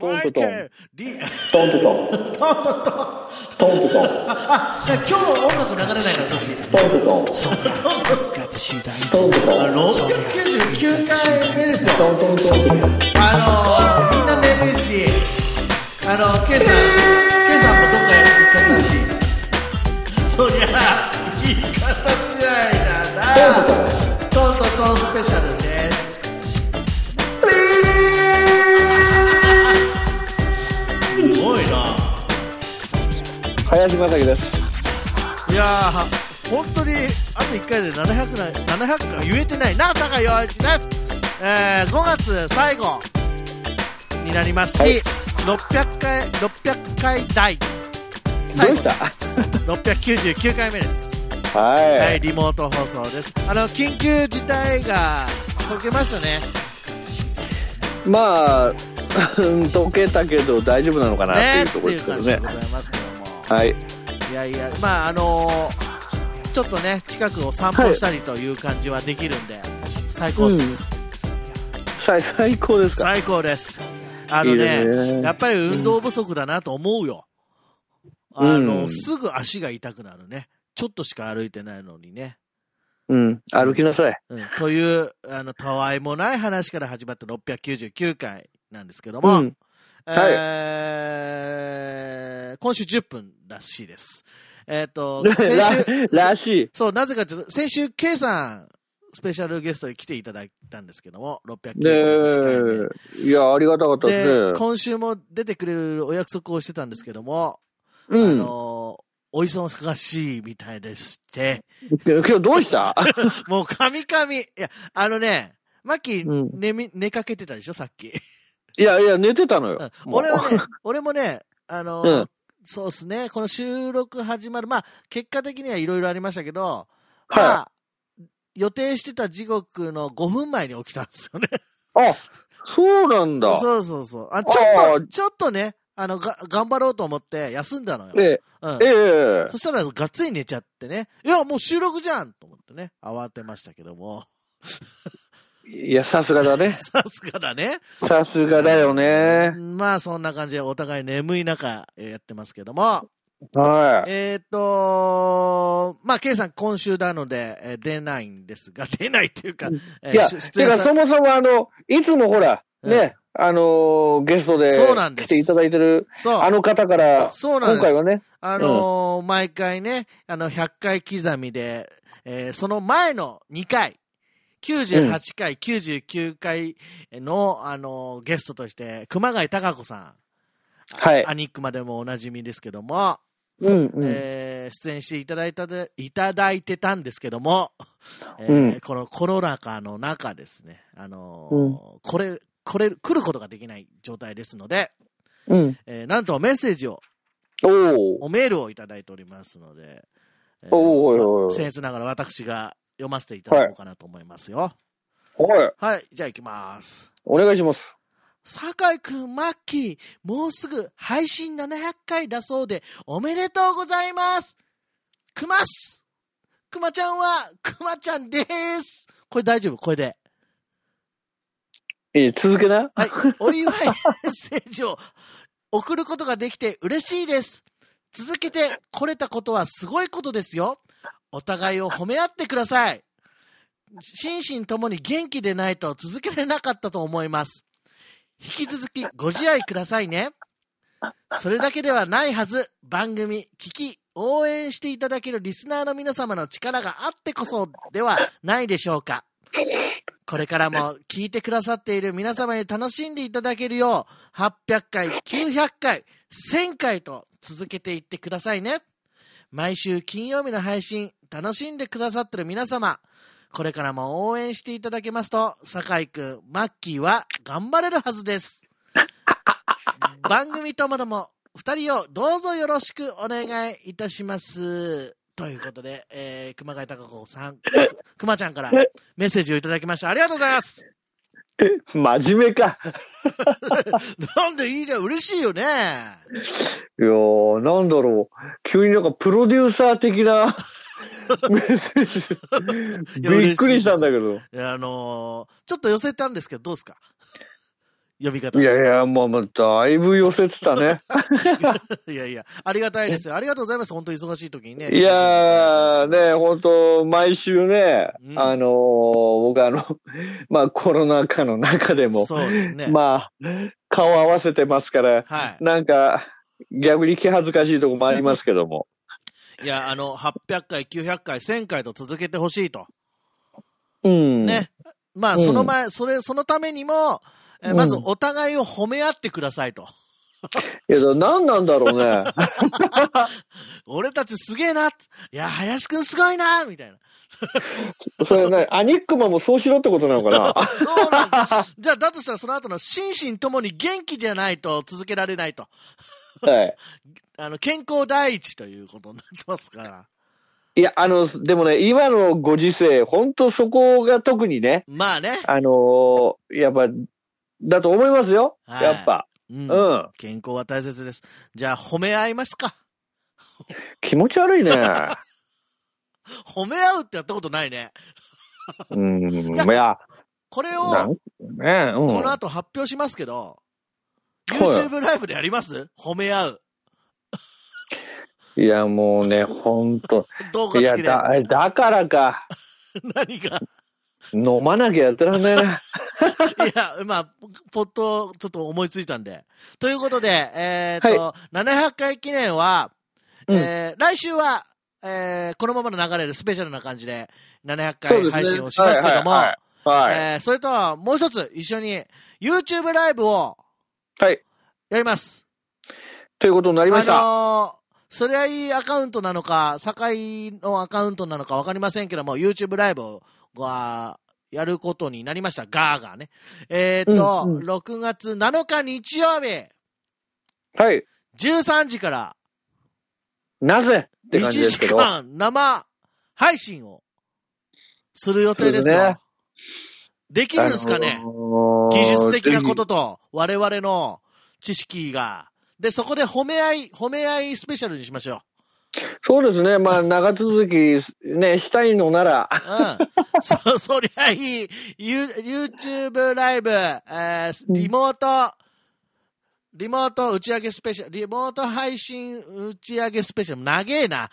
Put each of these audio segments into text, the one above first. トントトン Michael D- トントトン。トントトン。今日は音楽流れないからそっちトントトン。トントトン。あ699回目ですよトントントントン。あのー、みんな眠いしあのー、ケイさんケイさんもどっか行っちゃったしそりゃあいい形じゃないかなトントントンスペシャルですすごいな林正樹です。いやー本当にあと1回で700な700回言えてないな坂陽一です、えー、5月最後になりますし、600回600回台ど最う後した699回目ですははいリモート放送ですあの緊急事態が解けましたねい。まあ、溶けたけど大丈夫なのかなってねいうってところいでうすけど感じでねご。ざいますけどもはい。いやいやまああのーちょっとね近くを散歩したりという感じはできるんで、最高っす、最最高ですか。最高です。あのいいでねすねやっぱり運動不足だなと思うよ。あの、うんすぐ足が痛くなるね。ちょっとしか歩いてないのにね。うん。歩きなさい。うん、という、あの、たわいもない話から始まった699回なんですけどうも、ん。えー今週10分らしいです。えっ、と、 ら先週、らしい。そう、なぜかちょっと、先週、K さん、スペシャルゲストに来ていただいたんですけども、ね698回目。いや、ありがたかったでで、すね。今週も出てくれるお約束をしてたんですけども、うあん。のーお忙しいみたいでして、今日どうした もうカミカミ。いや、あのね、マッキー、うん寝み、寝かけてたでしょ、さっき。いやいや、寝てたのよ。もう俺はね、俺もね、あのーうんそうですね、この収録始まる、まあ、結果的にはいろいろありましたけど、はいまあ、予定してた時刻の5分前に起きたんですよね。あ、そうなんだ。そうそうそう。あちょあっと、ちょっとね、あの、が、頑張ろうと思って休んだのよ。えうんえ、え え。そしたら、がっつり寝ちゃってね。いや、もう収録じゃんと思ってね。慌てましたけども。 いや、さすがだね。さすがだね。さすがだよね。まあ、そんな感じでお互い眠い中、えーやってますけども。はい。えーっ、とまあ、ケイさん今週なので、えー出ないんですが、 出ないっていうか、えーいや、してか、そもそもあの、いつもほら、ね、あのーゲストでそうなんで来すていただいてる、そう、あの方から、そうなん今で回す。はね、あのー毎回ね、あの、100回刻みで、えーその前の2回、98回、99回の、あのーゲストとして、熊谷貴子さはいん、。アニックまでもおなじみですけども、うん、うん。えー出演していただいたで、いただいてたんですけども、えーうんこのコロナ禍の中ですね、あのーうんこれ、これ、来ることができない状態ですので、うん。えーなんとメッセージをおおおメールをいただいておりますので、えーおいおいおい僭越ながら私が読ませていただこうかなと思いますよ。はい。はい、じゃあ行きます。お願いします。酒井くん、マッキー、もうすぐ配信700回だそうで、おめでとうございますくますくまちゃんは、くまちゃんですこれ大丈夫これで。えー、続けな。はい。お祝いメッセージを送ることができて嬉しいです。続けて来れたことはすごいことですよ。お互いを褒め合ってください。心身ともに元気でないと続けられなかったと思います。引き続きご自愛くださいね。それだけではないはず、番組、聞き、応援していただけるリスナーの皆様の力があってこそではないでしょうか。これからも聞いてくださっている皆様に楽しんでいただけるよう、800回、900回、1000回と続けていってくださいね。毎週金曜日の配信、楽しんでくださってる皆様、これからも応援していただけますと、酒井くん、マッキーは頑張れるはずです。番組ともども、二人をどうぞよろしくお願いいたします。ということで、えー、熊谷貴子さん、熊ちゃんからメッセージをいただきました。ありがとうございます。真面目か。 なんでいいじゃん、嬉しいよね。いやー、なんだろう。急になんかプロデューサー的 なメッセージ。いや嬉しいですびっくりしたんだけど。いやあのーちょっと寄せたんですけど、どうですか 呼びい方。いややいや、もう、もうだいぶ寄せてたね。 いやありがたいですよ。ありがとうございます。本当忙しい時にね。いやー、ね、本当毎週ね、うんあのー僕あの、 まあコロナ禍の中でも、そうですね。まあ、顔合わせてますから、はなんか、逆に気恥ずかしいとこもありますけども。い。いや、あの、800回、900回、1000回と続けてほしいと。うん。ね。まあ、うんその前、それ、そのためにも、えうんまずお互いを褒め合ってくださいと。いや、何なんだろう ね。俺たちすげえな。いや、林くんすごいなみたいな。それね、アニックマもそうしろってことなのかな どうなんじゃあ、だとしたらその後の心身ともに元気じゃないと続けられないと。はい。あの、健康第一ということになってますから。いや、あの、でもね、今のご時世、本当そこが特にね、まあね。あのーやっぱ、だと思いますよ。はいやっぱ。うんうん。健康は大切です。じゃあ、褒め合いますか。気持ち悪いね。褒め合うってやったことないね。うん。いやや、これなをん、ね、うん。この後発表しますけど、はい YouTube ライブでやります褒め合う。いや、もうね、ほんと。動画いや、付きで。だ、だからか、 何が。飲まなきゃやってらんない な。いや、まあ、ポッとちょっと思いついたんで。ということで、えっと、700回記念は、うんえー来週は、えーこのままの流れでスペシャルな感じで700そうです回ね配信をしますけども、はいはいはい。えーそれとはもう一つ一緒に YouTube ライブをはい。やります。ということになりました。あのーそれはいいアカウントなのか、堺のアカウントなのかわかりませんけども、YouTube ライブが、やることになりました。ガーガーね。えっ、と、うんうん6月7日日曜日、はい。 13時から、なぜって1感じですけ時ど。間生配信をする予定ですよ。そうですねできるんですかね、あのー技術的なことと、我々の知識が。で、そこで褒め合い、褒め合いスペシャルにしましょぜう。ひそうですね。まあ、長続き、ね、したいのなら、うん。そ、 そりゃいい。ユー YouTube ライブ、えーリモート、リモート打ち上げスペシャル、リモート配信打ち上げスペシャル、長えな。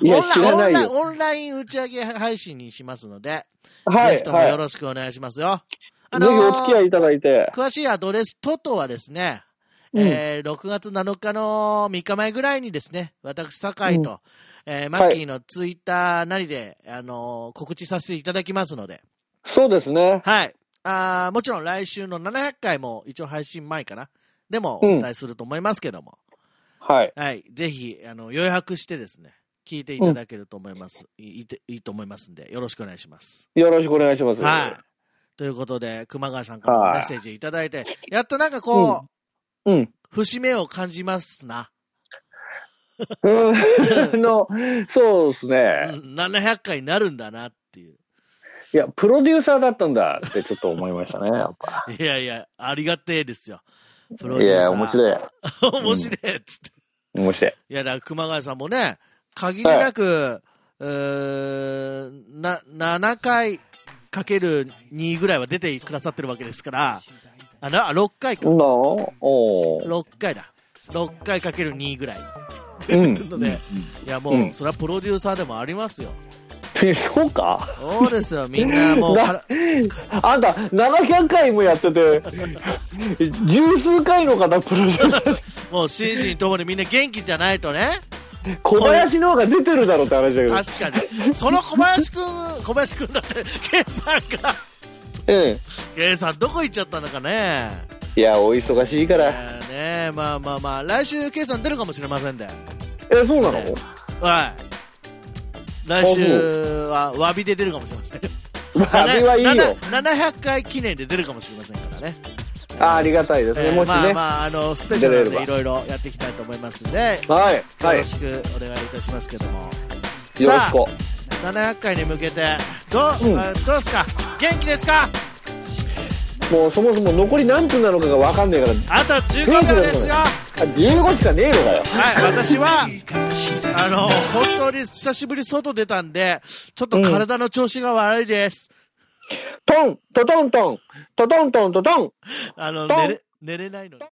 いや、オンラ知らなオンいライン、よ。オンライン打ち上げ配信にしますので、はぜい。ひともはい。よぜろしくお願いしますよ。ひお付き合いいただいて。詳しいアドレス等々はですね、うんえー6月7日の3日前ぐらいにですね、私、酒井と、えーマッキーのツイッターなりで、あのー告知させていただきますので、そうですね。はい。あーもちろん来週の700回も一応配信前かな。でもおうん伝えすると思いますけども、はい。はい。ぜひ、あの、予約してですね、聞いていただけると思います。いいていいと思いますんで、よろしくお願いします。よろしくお願いします。はい。ということで、熊川さんからもはいメッセージいただいて、やっとなんかこう、うんうん節目を感じますな。うん あの、そうですうね。ん700回になるんだなっていう。いや、プロデューサーだったんだってちょっと思いましたね、やっぱ。いやいや、ありがてえですよ。プロいデューサや、ー。面白い。い。面白いっつって。面白い。いや、だから熊谷さんもね、限りなく、うーんな、7回かける2ぐらいは出てくださってるわけですから、あ、な6回か。なあおー6回だ。6回かける2ぐらい。 うん出てるので、いやもう、うんそれはプロデューサーでもありますよ。えそうかそうですよ、みんなもうなから、あんた700回もやってて十数回の方プロデューサーもう心身ともにみんな元気じゃないとね。小林の方が出てるだろうって話だけど確かに。その小林くん、小林くんだって、ケイさんが、うんケイさんどこ行っちゃったのかね。いやお忙しいかいらやねまあまあまあ、来週ケイさん出るかもしれませんで。えそうなのはい。来週は、詫びで出るかもしれません。あれはいいよなな700回記念で出るかもしれませんからね。あありがたいですねえーもしまあねまあ、あの、スペシャ出れルでればいろいろやっていきたいと思いますんで、はいよはいよろしくお願いいたしますけども。ろさしあ、く700回に向けて、どう、うんあどうですか元気ですかもうそもそも残り何分なのかが分かんねえからあと15秒ですよはあ15しかねえのかよい、私は、あの、本当に久しぶり外出たんで、ちょっと体の調子が悪いです。トントトントントトントントトンあの、寝れ、寝れないのに。